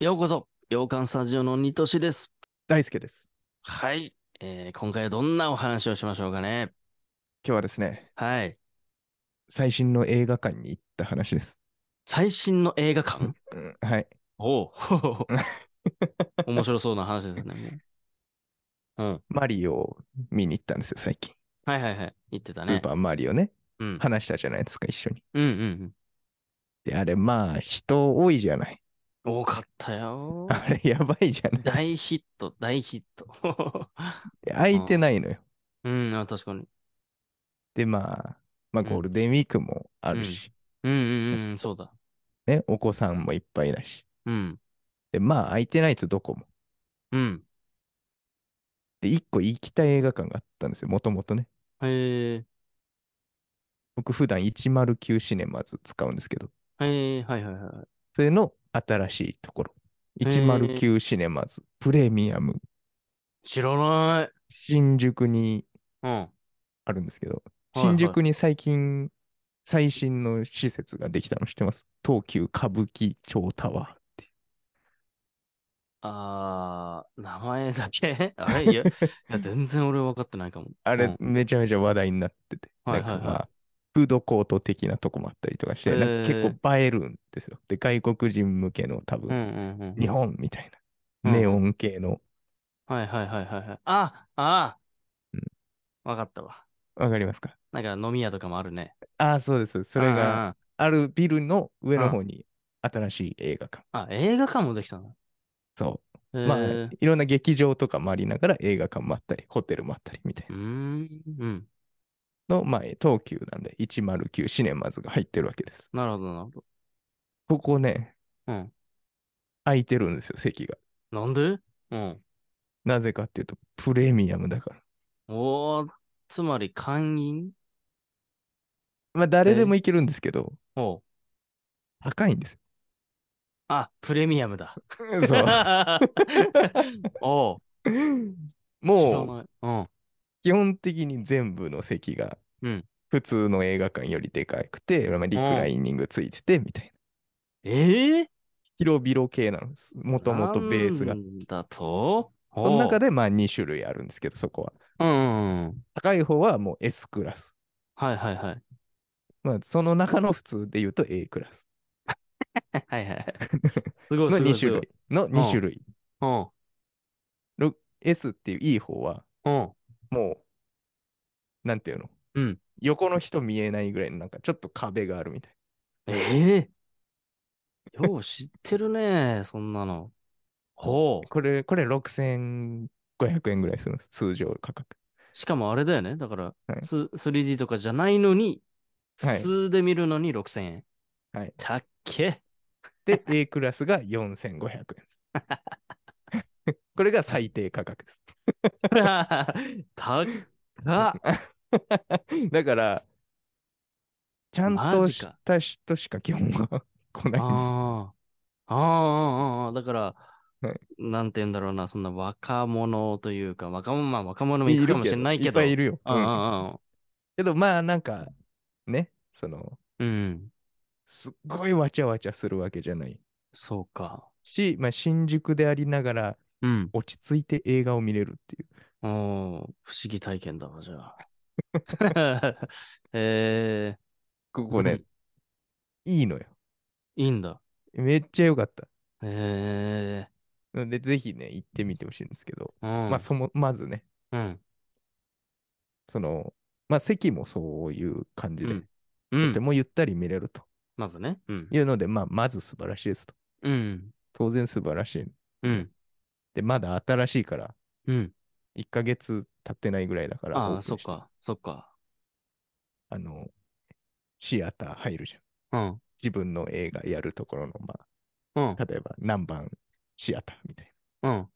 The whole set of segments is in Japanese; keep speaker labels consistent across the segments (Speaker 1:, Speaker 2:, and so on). Speaker 1: ようこそ、洋館スタジオのニトシです。
Speaker 2: 大輔です。
Speaker 1: はい、えー今回はどんなお話をしましょうかね。
Speaker 2: 今日はですね、
Speaker 1: はい。
Speaker 2: 最新の映画館に行った話です。
Speaker 1: 最新の映画館
Speaker 2: うんはい。
Speaker 1: おう面白そうな話ですね。もううん。
Speaker 2: マリオを見に行ったんですよ、最近。
Speaker 1: はいはいはい。言ってた
Speaker 2: スー
Speaker 1: ね。
Speaker 2: パーマリオね。
Speaker 1: うん。
Speaker 2: 話したじゃないですか、一緒に。
Speaker 1: うんうん
Speaker 2: で、あれ、まあ、人多いじゃない。
Speaker 1: うん。多かったよ。
Speaker 2: あれ、やばいじゃない。
Speaker 1: 大ヒット、大ヒット。
Speaker 2: で空いてないのよ。
Speaker 1: うん、あ確かに。
Speaker 2: で、まあ、まあ、
Speaker 1: うん
Speaker 2: ゴールデンウィークもあるし、
Speaker 1: うんうんうん、そうだ。
Speaker 2: ね、お子さんもいっぱいだし。
Speaker 1: うん。
Speaker 2: で、まあ、空いてないとどこも。
Speaker 1: うん。
Speaker 2: で、一個行きたい映画館があったんですよ、もともとね。
Speaker 1: へえ。
Speaker 2: 僕、普段109シネマズ使うんですけど、
Speaker 1: へえ、はいはいはい。
Speaker 2: それの新しいところ。
Speaker 1: へー
Speaker 2: 109シネマズプレミアム。
Speaker 1: 知らない。
Speaker 2: 新宿に
Speaker 1: うん。
Speaker 2: あるんですけど、
Speaker 1: はいはい
Speaker 2: 新宿に最近、最新の施設ができたの知ってます東急歌舞伎町タワーってい。
Speaker 1: あー、名前だけ あれいや、いう や全然俺分かってないかも。
Speaker 2: あ
Speaker 1: う
Speaker 2: れ
Speaker 1: ん、
Speaker 2: めちゃめちゃ話題になってて、
Speaker 1: はいはい
Speaker 2: な
Speaker 1: はい
Speaker 2: んかまあ、フードコート的なとこもあったりとかして、なんか結構映えるんですよ。で、外国人向けの多
Speaker 1: うん
Speaker 2: 分、
Speaker 1: うんうん。
Speaker 2: 日本みたい
Speaker 1: うん
Speaker 2: な、ネオン系の、
Speaker 1: はいはいはいはいはい。あ、あ
Speaker 2: うん
Speaker 1: ー、分かったわ。
Speaker 2: わかりますか
Speaker 1: なんか飲み屋とかもあるね。
Speaker 2: ああ、そうです。それが、
Speaker 1: あ
Speaker 2: あるビルの上
Speaker 1: う
Speaker 2: の
Speaker 1: ん
Speaker 2: 方に新しい映画館。
Speaker 1: ー。あー、映画館もできたの。
Speaker 2: そ
Speaker 1: へ
Speaker 2: う。
Speaker 1: ー
Speaker 2: まあ
Speaker 1: う、
Speaker 2: いろんな劇場とかもありながら映画館もあったり、ホテルもあったりみたい
Speaker 1: ー、
Speaker 2: なん
Speaker 1: うん。
Speaker 2: の、まあ、東急なんで109シネマズが入ってるわけです。
Speaker 1: なるほどなるほど。
Speaker 2: ここね、
Speaker 1: うん。
Speaker 2: 空いてるんですよ、席が。
Speaker 1: なんでうん。
Speaker 2: なぜかっていうと、プレミアムだから。
Speaker 1: おー、つまり会員
Speaker 2: まあ、誰でも行けるんですけど、
Speaker 1: おう。
Speaker 2: 高いんです
Speaker 1: あ、プレミアムだ。
Speaker 2: よ。そう。
Speaker 1: おう。知ら
Speaker 2: もう、
Speaker 1: ないうん。
Speaker 2: 基本的に全部の席が
Speaker 1: うん、
Speaker 2: 普通の映画館よりでかくて、まあ、リクライニングついてて、みたいな。
Speaker 1: ええ
Speaker 2: 広々系なのです。もともとベースが
Speaker 1: な。んだと
Speaker 2: その中
Speaker 1: で、
Speaker 2: でまあ2種類あるんですけど、そこは。
Speaker 1: うんうんうん。
Speaker 2: 高い方はもう S クラス。
Speaker 1: はいはい はい。
Speaker 2: まあ、その中の普通で言うと A クラス
Speaker 1: はいはいはい。すごい
Speaker 2: の
Speaker 1: すごい
Speaker 2: 2
Speaker 1: す
Speaker 2: 種
Speaker 1: ごい。
Speaker 2: 類。の
Speaker 1: うん
Speaker 2: 2種類。
Speaker 1: うん。
Speaker 2: S っていういい方は、
Speaker 1: うん。
Speaker 2: もう、なんていうの、
Speaker 1: うん
Speaker 2: 横の人見えないぐらいの、なんかちょっと壁があるみたい。
Speaker 1: ええよう知ってるね、そんなの。ほう。
Speaker 2: これ、これ6500円ぐらいするんです。通常価格。
Speaker 1: しかもあれだよね。だから、
Speaker 2: はい
Speaker 1: つ 3D とかじゃないのに、
Speaker 2: は
Speaker 1: 普
Speaker 2: い。
Speaker 1: 通で見るのに6000円。
Speaker 2: はい
Speaker 1: たっけ
Speaker 2: で、A クラスが4500円 です。これが最低価格です。
Speaker 1: そりゃたっか。
Speaker 2: だから、ちゃん
Speaker 1: マ
Speaker 2: と
Speaker 1: ジ
Speaker 2: し
Speaker 1: か
Speaker 2: た人しか基本は 来ないん
Speaker 1: ああ。ああああ、ああ、だから、
Speaker 2: はい
Speaker 1: なんて言うんだろうな、そんな若者というか、若者、まあ若者も
Speaker 2: です。
Speaker 1: 行くかもしれないけど。
Speaker 2: いっぱいいるよ。
Speaker 1: うんうん
Speaker 2: うんけど、まあなんか、ね、その、
Speaker 1: うんうん。
Speaker 2: すっごいわちゃわちゃするわけじゃない
Speaker 1: そうか。
Speaker 2: し、まあ新宿でありながら
Speaker 1: うん。
Speaker 2: 落ち着いて映画を見れるっていう。
Speaker 1: おー不思議体験だわ、じゃ あ。え
Speaker 2: ここね、いいのよ。
Speaker 1: ー、いいんだ。
Speaker 2: めっちゃ良かった。
Speaker 1: え
Speaker 2: ので、ぜひね、行ってみてほしいんですけど、
Speaker 1: ー、うん。
Speaker 2: まあそも、まずね、
Speaker 1: うん。
Speaker 2: その、まあ席もそういう感じで、
Speaker 1: うんう
Speaker 2: とて
Speaker 1: ん。
Speaker 2: もゆったり見れると
Speaker 1: まずね。うん。
Speaker 2: いうので、まあまず素晴らしいですと。
Speaker 1: うん。
Speaker 2: 当然素晴らしい。
Speaker 1: うん。
Speaker 2: で、まだ新しいから、
Speaker 1: うん。
Speaker 2: 1ヶ月経ってないぐらいだから、オ
Speaker 1: あ
Speaker 2: ープ
Speaker 1: あ、
Speaker 2: ン
Speaker 1: そっ
Speaker 2: して
Speaker 1: か。そっか。
Speaker 2: あの、シアター入るじゃん。
Speaker 1: うん。
Speaker 2: 自分の映画やるところの、ま
Speaker 1: うん
Speaker 2: あ、。例えば何番シアターみたいな。
Speaker 1: う ん。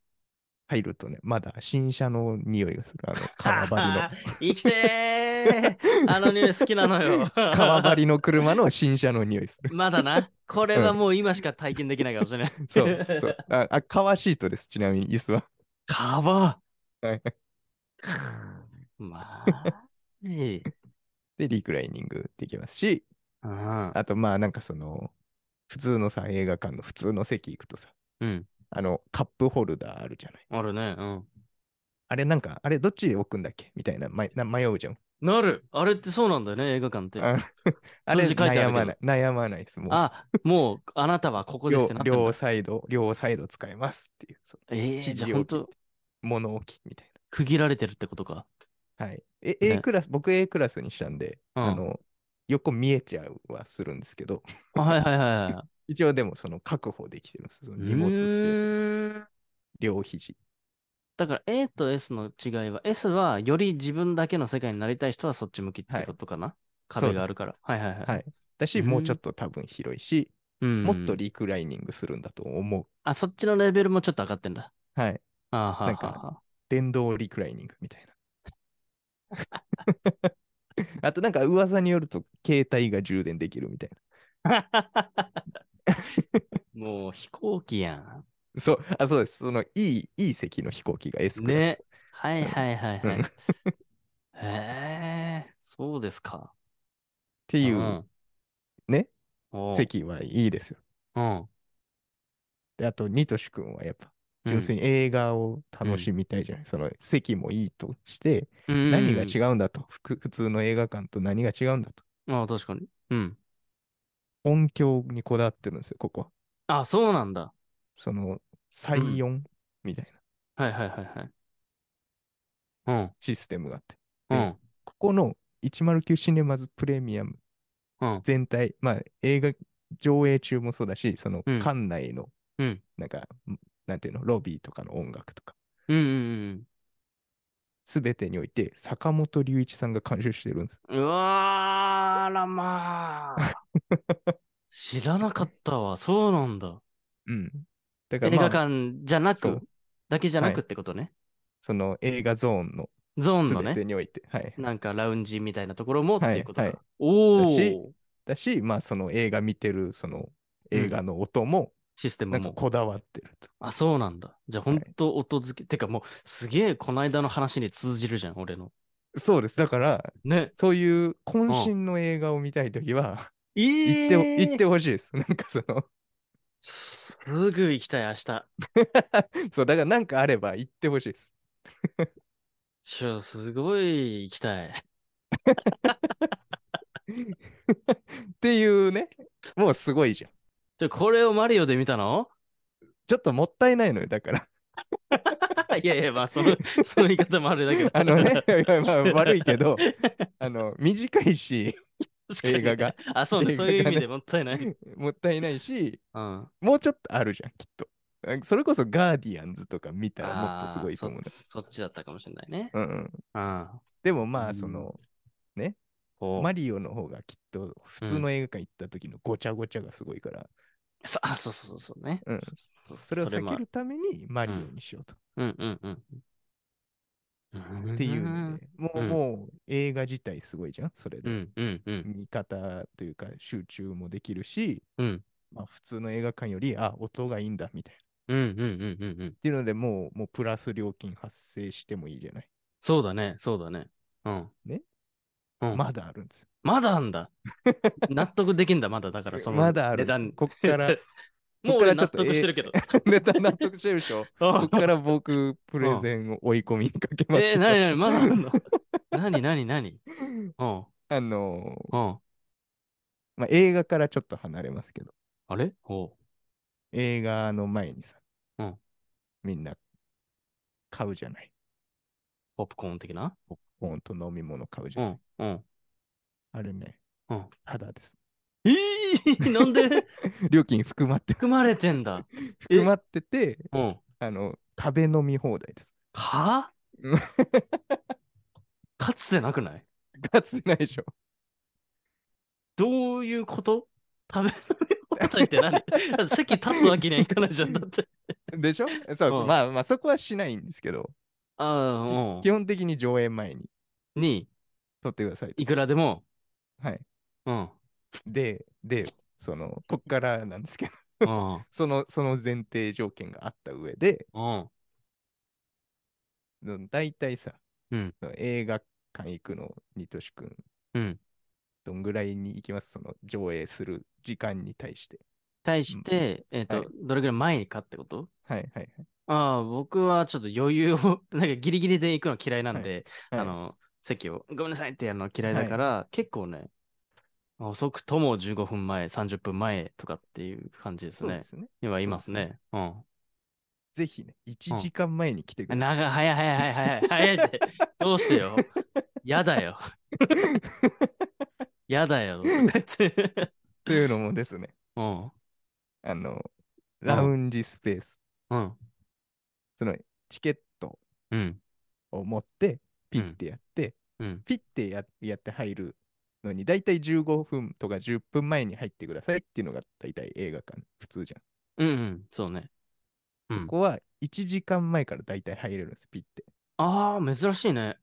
Speaker 2: 入るとね、まだ新車の匂いがする。あの、革張りの。
Speaker 1: 生き てーあの 匂い好きなのよ。
Speaker 2: 革張りの車の新車の匂いす る。
Speaker 1: まだな。これはもう今しか体験できないかもしれない。
Speaker 2: そう、そう。あ、あ革シートです。ちなみに椅子は。
Speaker 1: カバ
Speaker 2: はい
Speaker 1: まジ
Speaker 2: で、リクライニングできますし、
Speaker 1: うん。
Speaker 2: あと、まあ、なんかその、普通のさ、映画館の普通の席行くとさ、
Speaker 1: うん。
Speaker 2: あの、カップホルダーあるじゃない。
Speaker 1: あるね。うん。
Speaker 2: あれなんか、あれどっちで置くんだっけみたいな、ま、な迷うじゃん。
Speaker 1: なるあれってそうなんだよね、映画館って。
Speaker 2: ああ
Speaker 1: 数
Speaker 2: れ
Speaker 1: 字書いてあるけど
Speaker 2: 悩まない。悩まないです。もう
Speaker 1: あ、もう、あなたはここですってな
Speaker 2: 両
Speaker 1: ってんだ
Speaker 2: 両サイド、両サイド使えますっていう、そ
Speaker 1: ええ
Speaker 2: 指
Speaker 1: じゃあ本
Speaker 2: 示を切っ
Speaker 1: 当
Speaker 2: て物置きみたい
Speaker 1: 区切られてるってことか。
Speaker 2: な。はい。え A
Speaker 1: ね
Speaker 2: クラス、僕 A クラスにしたんで、
Speaker 1: うん
Speaker 2: あの、横見えちゃうはするんですけど、
Speaker 1: あはいはいはいは
Speaker 2: 一応でもその確保できてるんです。その
Speaker 1: い。
Speaker 2: 荷物スペース、
Speaker 1: うーん
Speaker 2: 両肘。
Speaker 1: だから A と S の違いは、S はより自分だけの世界になりたい人はそっち向きってことかな、壁があるから。はいはいはい。
Speaker 2: はい。だし、
Speaker 1: うん
Speaker 2: もうちょっと多分広いし、
Speaker 1: うん
Speaker 2: もっとリクライニングするんだと思う。
Speaker 1: あ、そっちのレベルもちょっと上がってんだ。
Speaker 2: はい。
Speaker 1: あはは
Speaker 2: なんか電動リクライニングみたいな。 あとなんか噂によると携帯が充電できるみたい
Speaker 1: もう飛行機やん。
Speaker 2: な。そう、あ、そうです。そのいい、いい席の飛行機が S クラス。
Speaker 1: ね。はいはいはいは
Speaker 2: うん
Speaker 1: い。へえ、そうですか。
Speaker 2: っていうんね。
Speaker 1: おう
Speaker 2: 席はいいですよ。
Speaker 1: うん。
Speaker 2: であと、ニトシ君はやっ
Speaker 1: う
Speaker 2: ぱ、
Speaker 1: ん
Speaker 2: 要するに映画を楽しみたいじゃない。その席もいいとして、何が違うんだと、ふく普通の映画館と何が違うんだと。
Speaker 1: うんあ確かに。うん。
Speaker 2: 音響にこだわってるんですよ、ここは。
Speaker 1: あ、そうなんだ。
Speaker 2: その、採音みたいな
Speaker 1: はいはいはいはい。うん。
Speaker 2: システムがあって。
Speaker 1: うん。
Speaker 2: ここの109シネマズプレミアム
Speaker 1: うん
Speaker 2: 全体、まあ映画上映中もそうだし、その
Speaker 1: うん
Speaker 2: 館内の、
Speaker 1: うん
Speaker 2: なんか、なんていうの、ロビーとかの音楽とか、
Speaker 1: うんうん
Speaker 2: すべてにおいて坂本龍一さんが監修してるんです。
Speaker 1: うん。うわーあらま あ。知らなかったわ。そうなんだ。
Speaker 2: うん。だか
Speaker 1: 映
Speaker 2: ら、ま
Speaker 1: 画
Speaker 2: あ、
Speaker 1: 館じゃな
Speaker 2: そ
Speaker 1: く
Speaker 2: う、
Speaker 1: だけじゃな
Speaker 2: は
Speaker 1: くっ
Speaker 2: い
Speaker 1: てことね。
Speaker 2: その映画ゾーンの
Speaker 1: ゾーン
Speaker 2: す
Speaker 1: の
Speaker 2: べ
Speaker 1: ね
Speaker 2: て、において、はい。
Speaker 1: なんかラウンジみたいなところもっていうこと
Speaker 2: はいは
Speaker 1: か
Speaker 2: い。
Speaker 1: お
Speaker 2: だし
Speaker 1: お
Speaker 2: だし、まあその映画見てる、その映画の音も、
Speaker 1: システ
Speaker 2: な
Speaker 1: ム
Speaker 2: んか
Speaker 1: も。
Speaker 2: こだわってると。
Speaker 1: あ、そうなんだ。じゃあ、ほ
Speaker 2: はい
Speaker 1: んと音付け。てか、もう、すげえ、この間の話に通じるじゃん、俺の。
Speaker 2: そうです。だから、
Speaker 1: ね。
Speaker 2: そういう渾身の映画を見たいときは、
Speaker 1: え
Speaker 2: 行ってほ、
Speaker 1: え
Speaker 2: 行ってほしいです。なんかその、
Speaker 1: すぐ行きたい、明日。
Speaker 2: そう、だからなんかあれば行ってほしいです。
Speaker 1: ちょ、すごい行きたい。
Speaker 2: っていうね、もうすごいじゃん。
Speaker 1: ちょ、これをマリオで見たの
Speaker 2: ちょっともったいないのよ、だから。
Speaker 1: いやいや、まあ、その、その言い方もあれだけど。
Speaker 2: あの ね、いやまあ、悪いけど、あの、短いし、
Speaker 1: 確かに
Speaker 2: 映画が。
Speaker 1: あ、そうね、
Speaker 2: 映画
Speaker 1: そう
Speaker 2: がね
Speaker 1: いう意味でもったいない。うん。
Speaker 2: もったいないし、
Speaker 1: あ
Speaker 2: もうちょっとあるじゃん、きっと。あそれこそガーディアンズとか見たらもっとすごいと思うね。
Speaker 1: ーそっちだったかもしれないね。
Speaker 2: うんうん、
Speaker 1: うん。
Speaker 2: でもま
Speaker 1: うん
Speaker 2: あ、その、
Speaker 1: お
Speaker 2: マリオの方がきっと、普通の映画館行った時のごちゃごちゃがすごいから、
Speaker 1: そあ、そうそうそうそうね。
Speaker 2: うん
Speaker 1: そ
Speaker 2: それを避
Speaker 1: もあ
Speaker 2: けるためにマリオにしようと。
Speaker 1: うんうんうん。
Speaker 2: っていう
Speaker 1: うん
Speaker 2: ので、もう、
Speaker 1: うん
Speaker 2: もう映画自体すごいじゃん、それ
Speaker 1: う
Speaker 2: で。
Speaker 1: んうんうん。
Speaker 2: 見方というか集中もできるし、
Speaker 1: うん
Speaker 2: まあ、普通の映画館より、あ、音がいいんだみたいな。っ
Speaker 1: うんうんうんうんうん。
Speaker 2: ていうのでもう、もうプラス料金発生してもいいじゃない。
Speaker 1: そうだね、そうだね。うん。
Speaker 2: ね
Speaker 1: うん、
Speaker 2: ま
Speaker 1: ま
Speaker 2: だあるんですよ。
Speaker 1: まだあんだ。納得できんだ、まだだから、その
Speaker 2: まだある
Speaker 1: 値
Speaker 2: んです
Speaker 1: 段
Speaker 2: よ。。こっから、
Speaker 1: もう
Speaker 2: こっか
Speaker 1: 俺
Speaker 2: らちょ
Speaker 1: 納
Speaker 2: っと
Speaker 1: 得してるけど。
Speaker 2: ネタ納得してるで しょ。こっから僕、プレゼンを追い込みにかけ ます
Speaker 1: えー、
Speaker 2: けど。
Speaker 1: なになに、まだあんのなになになにうん、
Speaker 2: あの
Speaker 1: う
Speaker 2: ー
Speaker 1: ん。
Speaker 2: まあ、映画からちょっと離れますけど、
Speaker 1: あれおう
Speaker 2: 映画の前にさ、
Speaker 1: うん
Speaker 2: みんな買うじゃない。
Speaker 1: ポップコーン的な
Speaker 2: ポップコーンと飲み物買うじ
Speaker 1: う
Speaker 2: ゃない。
Speaker 1: ん、うん。
Speaker 2: あれね、
Speaker 1: うん
Speaker 2: ただです。
Speaker 1: えー、なんで
Speaker 2: 料金含まって
Speaker 1: 含まれてんだ。
Speaker 2: 含まってて、
Speaker 1: うん。は
Speaker 2: あの、食べ飲み放題です。
Speaker 1: あ
Speaker 2: うん
Speaker 1: かつてなくない
Speaker 2: かつてないでしょ。
Speaker 1: どういうこと食べ物体って何 だって席立つわけにはいかないじゃん。だって。
Speaker 2: でしょそうそう、
Speaker 1: うん
Speaker 2: まあまあそこはしないんですけど、
Speaker 1: ああ、
Speaker 2: 基本的に上映前に
Speaker 1: うん。に、
Speaker 2: 撮ってくださいと。
Speaker 1: いくらでも。
Speaker 2: はい。
Speaker 1: うん。
Speaker 2: で、で、その、こっからなんですけど、
Speaker 1: う ん。
Speaker 2: その、その前提条件があった上で、
Speaker 1: うん。
Speaker 2: うん大体さ、
Speaker 1: うん
Speaker 2: その映画館行くの、にとし君、
Speaker 1: うん。
Speaker 2: どんぐらいに行きますその上映する時間に対して。
Speaker 1: 対して、えっ、と、
Speaker 2: はい
Speaker 1: どれぐらい前かってこと
Speaker 2: はいはいはい。
Speaker 1: ああ、僕はちょっと余裕を、なんかギリギリで行くの嫌いなんで、
Speaker 2: はい
Speaker 1: あの、席を、ごめんなさいってやるの嫌いだから、結構ね、まあ遅くとも15分前、30分前とかっていう感じです
Speaker 2: そう
Speaker 1: ね
Speaker 2: で。すね。
Speaker 1: 今いますね。うん。
Speaker 2: ぜひね、1時間前に来てください。
Speaker 1: 長い、早い、早い、早い、早い、早い って。どうしてよ。やだ よ。やだよ。とか言って
Speaker 2: というのもですね、
Speaker 1: うん。
Speaker 2: あの、ラウンジスペース、
Speaker 1: うん。
Speaker 2: そのチケット
Speaker 1: うん。
Speaker 2: を持って、ピッてやって、
Speaker 1: うん。
Speaker 2: ピッてややって入るのに、だいたい15分とか10分前に入ってくださいっていうのが、だいたい映画館、普通じゃ
Speaker 1: う
Speaker 2: ん。
Speaker 1: ん、うん。そうね。う
Speaker 2: こ
Speaker 1: ん、
Speaker 2: こは1時間前からだいたい入れるんです、ピッて。
Speaker 1: ああ、珍しいね。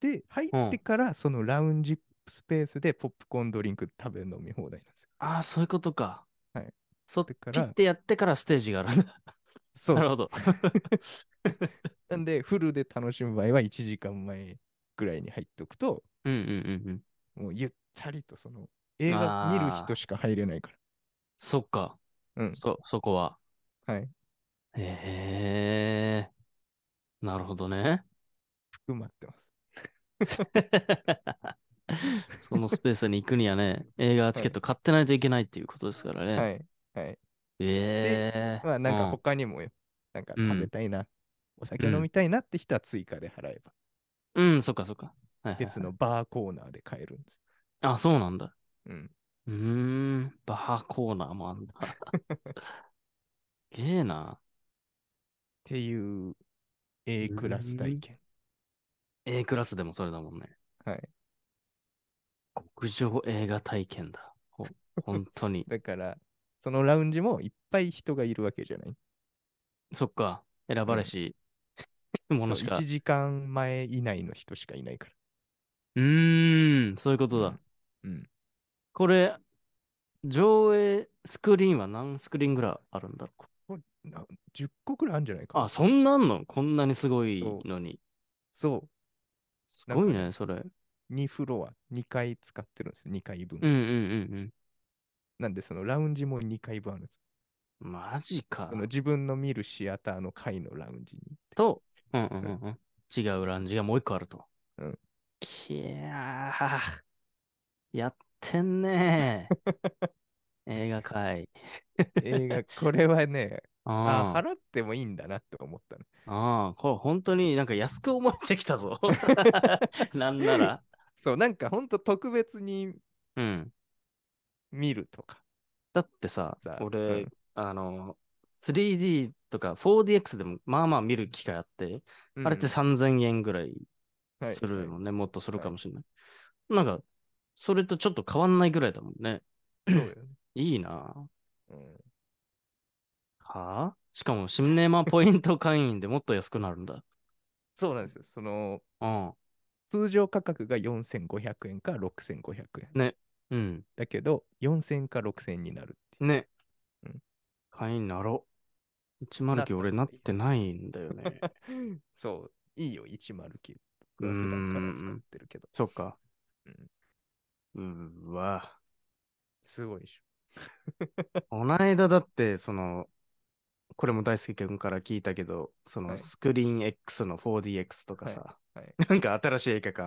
Speaker 2: で、入ってから、そのラウンジスペースでポップコーンドリンク食べ飲み放題なんですよ。
Speaker 1: ああ、そういうことか。
Speaker 2: はい。
Speaker 1: そっ
Speaker 2: だから
Speaker 1: ピッてやってからステージがあるんだ。
Speaker 2: そう
Speaker 1: なるほど。
Speaker 2: なんで、フルで楽しむ場合は1時間前ぐらいに入っておくと、
Speaker 1: うんうんうんうん。
Speaker 2: もうゆったりとその映画見る人しか入れないか
Speaker 1: そっか。
Speaker 2: ら。うん。
Speaker 1: そ、そこは。
Speaker 2: はい。
Speaker 1: へえ。なるほどね。
Speaker 2: 含まってます。
Speaker 1: そのスペースに行くにはね、映画チケット買ってないといけないっていうことですからね。
Speaker 2: はい。はい。
Speaker 1: ええ
Speaker 2: まあなんか
Speaker 1: うん
Speaker 2: 他にもよ、なんか
Speaker 1: うん
Speaker 2: 食べたいな、お酒
Speaker 1: うん
Speaker 2: 飲みたいなって人は追加で払えば、
Speaker 1: うん、そっかそっか。はいはいはい
Speaker 2: 別のバーコーナーで買えるんです。
Speaker 1: あ、そうなんだ。
Speaker 2: うん。
Speaker 1: うーん、バーコーナーもあ んだ。すげえな。
Speaker 2: っていう A クラス体験。
Speaker 1: A クラスでもそれだもんね。
Speaker 2: はい。
Speaker 1: 極上映画体験だ。ほ本当に。
Speaker 2: だから、そのラウンジもいっぱい人がいるわけじゃない。
Speaker 1: そっか。選ばれし、ものしか
Speaker 2: 1。時間前以内の人しかいないから。
Speaker 1: うーん、そういうことだ。
Speaker 2: うん。
Speaker 1: これ、上映スクリーンは何スクリーンぐらいあるんだろうか
Speaker 2: な10個くらいあるんじゃないかな。
Speaker 1: あ、そんなんのこんなにすごいのに。
Speaker 2: そ
Speaker 1: すごい
Speaker 2: なんか
Speaker 1: ね、それ。うん
Speaker 2: う。2フロア、2回使ってるんですよ。2回分。
Speaker 1: うんうん
Speaker 2: なんで、そのラウンジも2回分あるんです。
Speaker 1: うん。マジか
Speaker 2: そ。の自分の見るシアターの階のラウンジに行って。
Speaker 1: と、うんうんうんうん、違うランジがもう一個あると。
Speaker 2: うん
Speaker 1: きやー、やってん ねー。映画界。
Speaker 2: 映画、これはね、 あ
Speaker 1: あー
Speaker 2: 払ってもいいんだなって思ったね。
Speaker 1: あー、これ本当になんか安く思えてきた ぞ。なんなら。
Speaker 2: そう、なんかほんと特別に
Speaker 1: うん。
Speaker 2: 見るとか。
Speaker 1: だってさ、
Speaker 2: さ
Speaker 1: 俺、
Speaker 2: うん
Speaker 1: あの、3D とか 4DX でもまあまあ見る機会あって、あれって3000円ぐらい
Speaker 2: うん
Speaker 1: するもんね、もっとする
Speaker 2: はい
Speaker 1: かもしれない。なんか、それとちょっと変わんないぐらいだもんね。
Speaker 2: はいそうよね
Speaker 1: いいなぁ
Speaker 2: うん
Speaker 1: はあしかも、シネマポイント会員でもっと安くなるんだ。
Speaker 2: そうなんですよ。その、
Speaker 1: うん。
Speaker 2: 通常価格が4500円か6500円。
Speaker 1: うん。
Speaker 2: だけど、4000か6000円になるっていう。
Speaker 1: ね。
Speaker 2: うん
Speaker 1: 会員になろう。109俺なってないんだよね。
Speaker 2: そう、いいよ、109。
Speaker 1: う
Speaker 2: 僕
Speaker 1: ー
Speaker 2: は普
Speaker 1: ん
Speaker 2: 段から使ってるけど。
Speaker 1: そっか。
Speaker 2: うん
Speaker 1: うーわ。
Speaker 2: すごいでしょ。
Speaker 1: この間だって、その、これも大輔君から聞いたけど、その
Speaker 2: はい
Speaker 1: スクリーン X の 4DX とかさ、
Speaker 2: はい
Speaker 1: なんか新しい映画館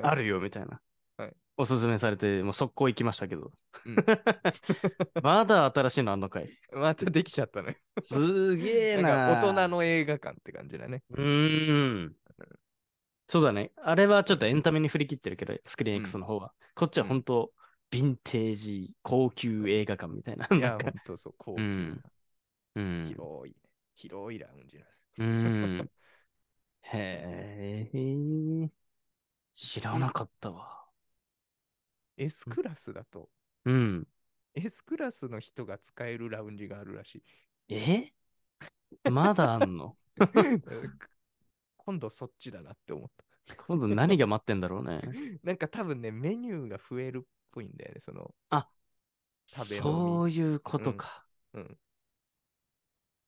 Speaker 2: はい
Speaker 1: あるよみたいな、
Speaker 2: はい
Speaker 1: おすすめされて、もう速攻行きましたけど、
Speaker 2: うん
Speaker 1: まだ新しいのあんのかい。
Speaker 2: またできちゃったね。
Speaker 1: すげえ
Speaker 2: な
Speaker 1: なん
Speaker 2: か大人の映画館って感じだね。
Speaker 1: うーん。そうだね。あれはちょっとエンタメに振り切ってるけど、スクリーン X の方は。こっちは本当、ヴィンテージ、高級映画館みたいな。
Speaker 2: い
Speaker 1: な
Speaker 2: や、
Speaker 1: ん
Speaker 2: ほ
Speaker 1: か
Speaker 2: んとそう、高
Speaker 1: う
Speaker 2: 級
Speaker 1: んうん
Speaker 2: な、広い、広いラウンジな
Speaker 1: うーん。 へえ。知らなかったわ。
Speaker 2: S クラスだと、
Speaker 1: うん。
Speaker 2: S クラスの人が使えるラウンジがあるら しい。
Speaker 1: えまだあんの
Speaker 2: 今度そっちだなって思った。
Speaker 1: 今度何が待ってんだろうね。
Speaker 2: なんか多分ね、メニューが増えるっぽいんだよね、その。食べ飲み
Speaker 1: そういうことか。
Speaker 2: うん。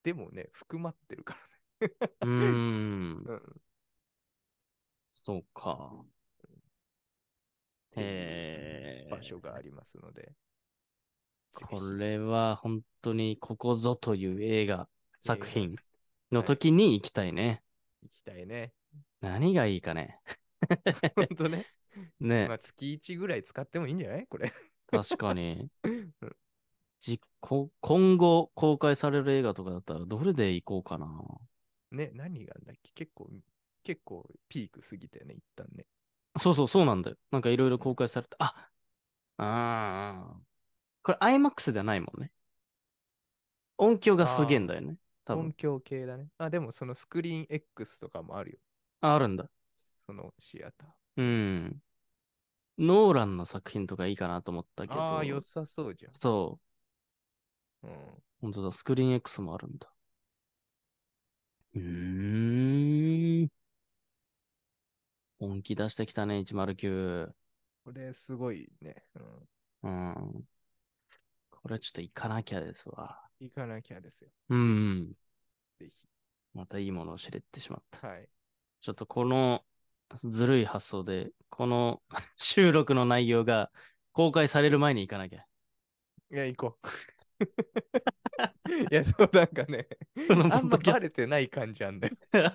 Speaker 2: でもね、含まってるか
Speaker 1: うーん。
Speaker 2: らね。
Speaker 1: そうか。
Speaker 2: うん。
Speaker 1: へえ。
Speaker 2: 場所がありますので。
Speaker 1: これは本当にここぞという映画作品の時に行きたいね。
Speaker 2: 行きたいね。
Speaker 1: 何がいいかね。
Speaker 2: ほん とね。
Speaker 1: ね
Speaker 2: まあ、月1ぐらい使ってもいいんじゃないこれ。
Speaker 1: 確か に。じこ今後公開される映画とかだったらどれで行こうかな。
Speaker 2: ね、何があんだっけ結構、結構ピーク過ぎたよね、一旦ね。
Speaker 1: そうそうそうなんだよ。なんかいろいろ公開されて、あああ。これ IMAX ではないもんね。音響がすげえんだよね。多
Speaker 2: 音
Speaker 1: 分。
Speaker 2: 響系だね。あ、でもそのスクリーン X とかもあるよ。
Speaker 1: ああるんだ。
Speaker 2: そのシアター。
Speaker 1: うん。ノーランの作品とかいいかなと思ったけど。
Speaker 2: ああ、良さそうじゃん。
Speaker 1: そう。
Speaker 2: うん。
Speaker 1: 本当だ、スクリーン X もあるんだ。うーん。本気出してきたね、109。
Speaker 2: これすごいね。うん。
Speaker 1: うん。これちょっと行かなきゃですわ。
Speaker 2: 行かなきゃですよ。
Speaker 1: うん。
Speaker 2: ぜひ。
Speaker 1: またいいものを知れてしまった。
Speaker 2: はい。
Speaker 1: ちょっとこのずるい発想で、この 収録の内容が公開される前に行かなきゃ。
Speaker 2: いや、行こ う。いや、そうなんかね、
Speaker 1: このポ
Speaker 2: あん
Speaker 1: ッド
Speaker 2: ま
Speaker 1: キャ
Speaker 2: バ
Speaker 1: ス
Speaker 2: レてない感じな んで。
Speaker 1: ト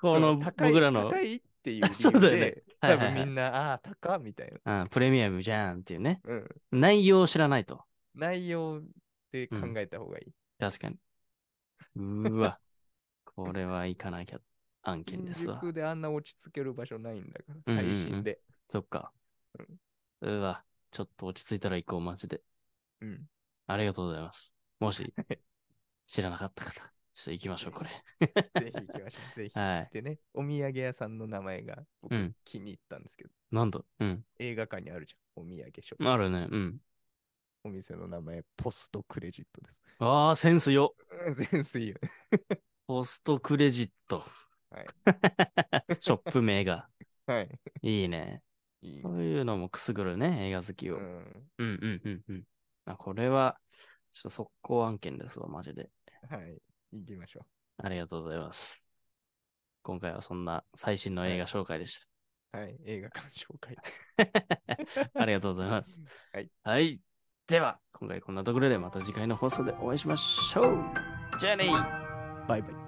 Speaker 1: こ
Speaker 2: そ
Speaker 1: の
Speaker 2: 高い
Speaker 1: 僕らの
Speaker 2: 高いっていう理由 で、
Speaker 1: そうだよねはい
Speaker 2: 多
Speaker 1: はいはい
Speaker 2: 分みんな、ああ、高っみたいな。
Speaker 1: うんプレミアムじゃんっていうね。
Speaker 2: うん。
Speaker 1: 内容を知らないと。
Speaker 2: 内容で考えた方がいい。
Speaker 1: 確かに。うー わ。これは行かなきゃ案件です
Speaker 2: 新
Speaker 1: わ。
Speaker 2: 宿であんな落ち着ける場所ないんだか
Speaker 1: うん
Speaker 2: ら、
Speaker 1: うんうん
Speaker 2: 最新で。
Speaker 1: そっか。うわ。ちょっと落ち着いたら行こう、マジで。
Speaker 2: うん。
Speaker 1: ありがとうございます。もし、知らなかった方、ちょっと行きましょう、これ。
Speaker 2: ぜひ行きましょう。ぜひ。
Speaker 1: はい。
Speaker 2: でね、お土産屋さんの名前が
Speaker 1: う
Speaker 2: 僕
Speaker 1: ん
Speaker 2: 気に入ったんですけど、
Speaker 1: なんだうん。
Speaker 2: 映画館にあるじゃん。お土産ショップ。
Speaker 1: あるね。うん。
Speaker 2: お店の名前、ポストクレジットです。
Speaker 1: ああ、センスよ。
Speaker 2: うん、 センスいいよね。
Speaker 1: ポストクレジット。
Speaker 2: はい
Speaker 1: ショップ名が。
Speaker 2: はい。
Speaker 1: いいね。
Speaker 2: いいね
Speaker 1: そういうのもくすぐるね、映画好きを。
Speaker 2: う
Speaker 1: うん
Speaker 2: ん。
Speaker 1: うんうんうん。あこれは、ちょっと速攻案件ですわ、マジで。
Speaker 2: はい。行きましょ
Speaker 1: ありがとうございます。今回はそんな最新の映画紹介でし
Speaker 2: う。はい。映画館紹介。
Speaker 1: た。 ありがとうございます。
Speaker 2: はい。
Speaker 1: はい。では、今回こんなところでまた次回の放送でお会いしましょう。じゃあねー
Speaker 2: バイバイ。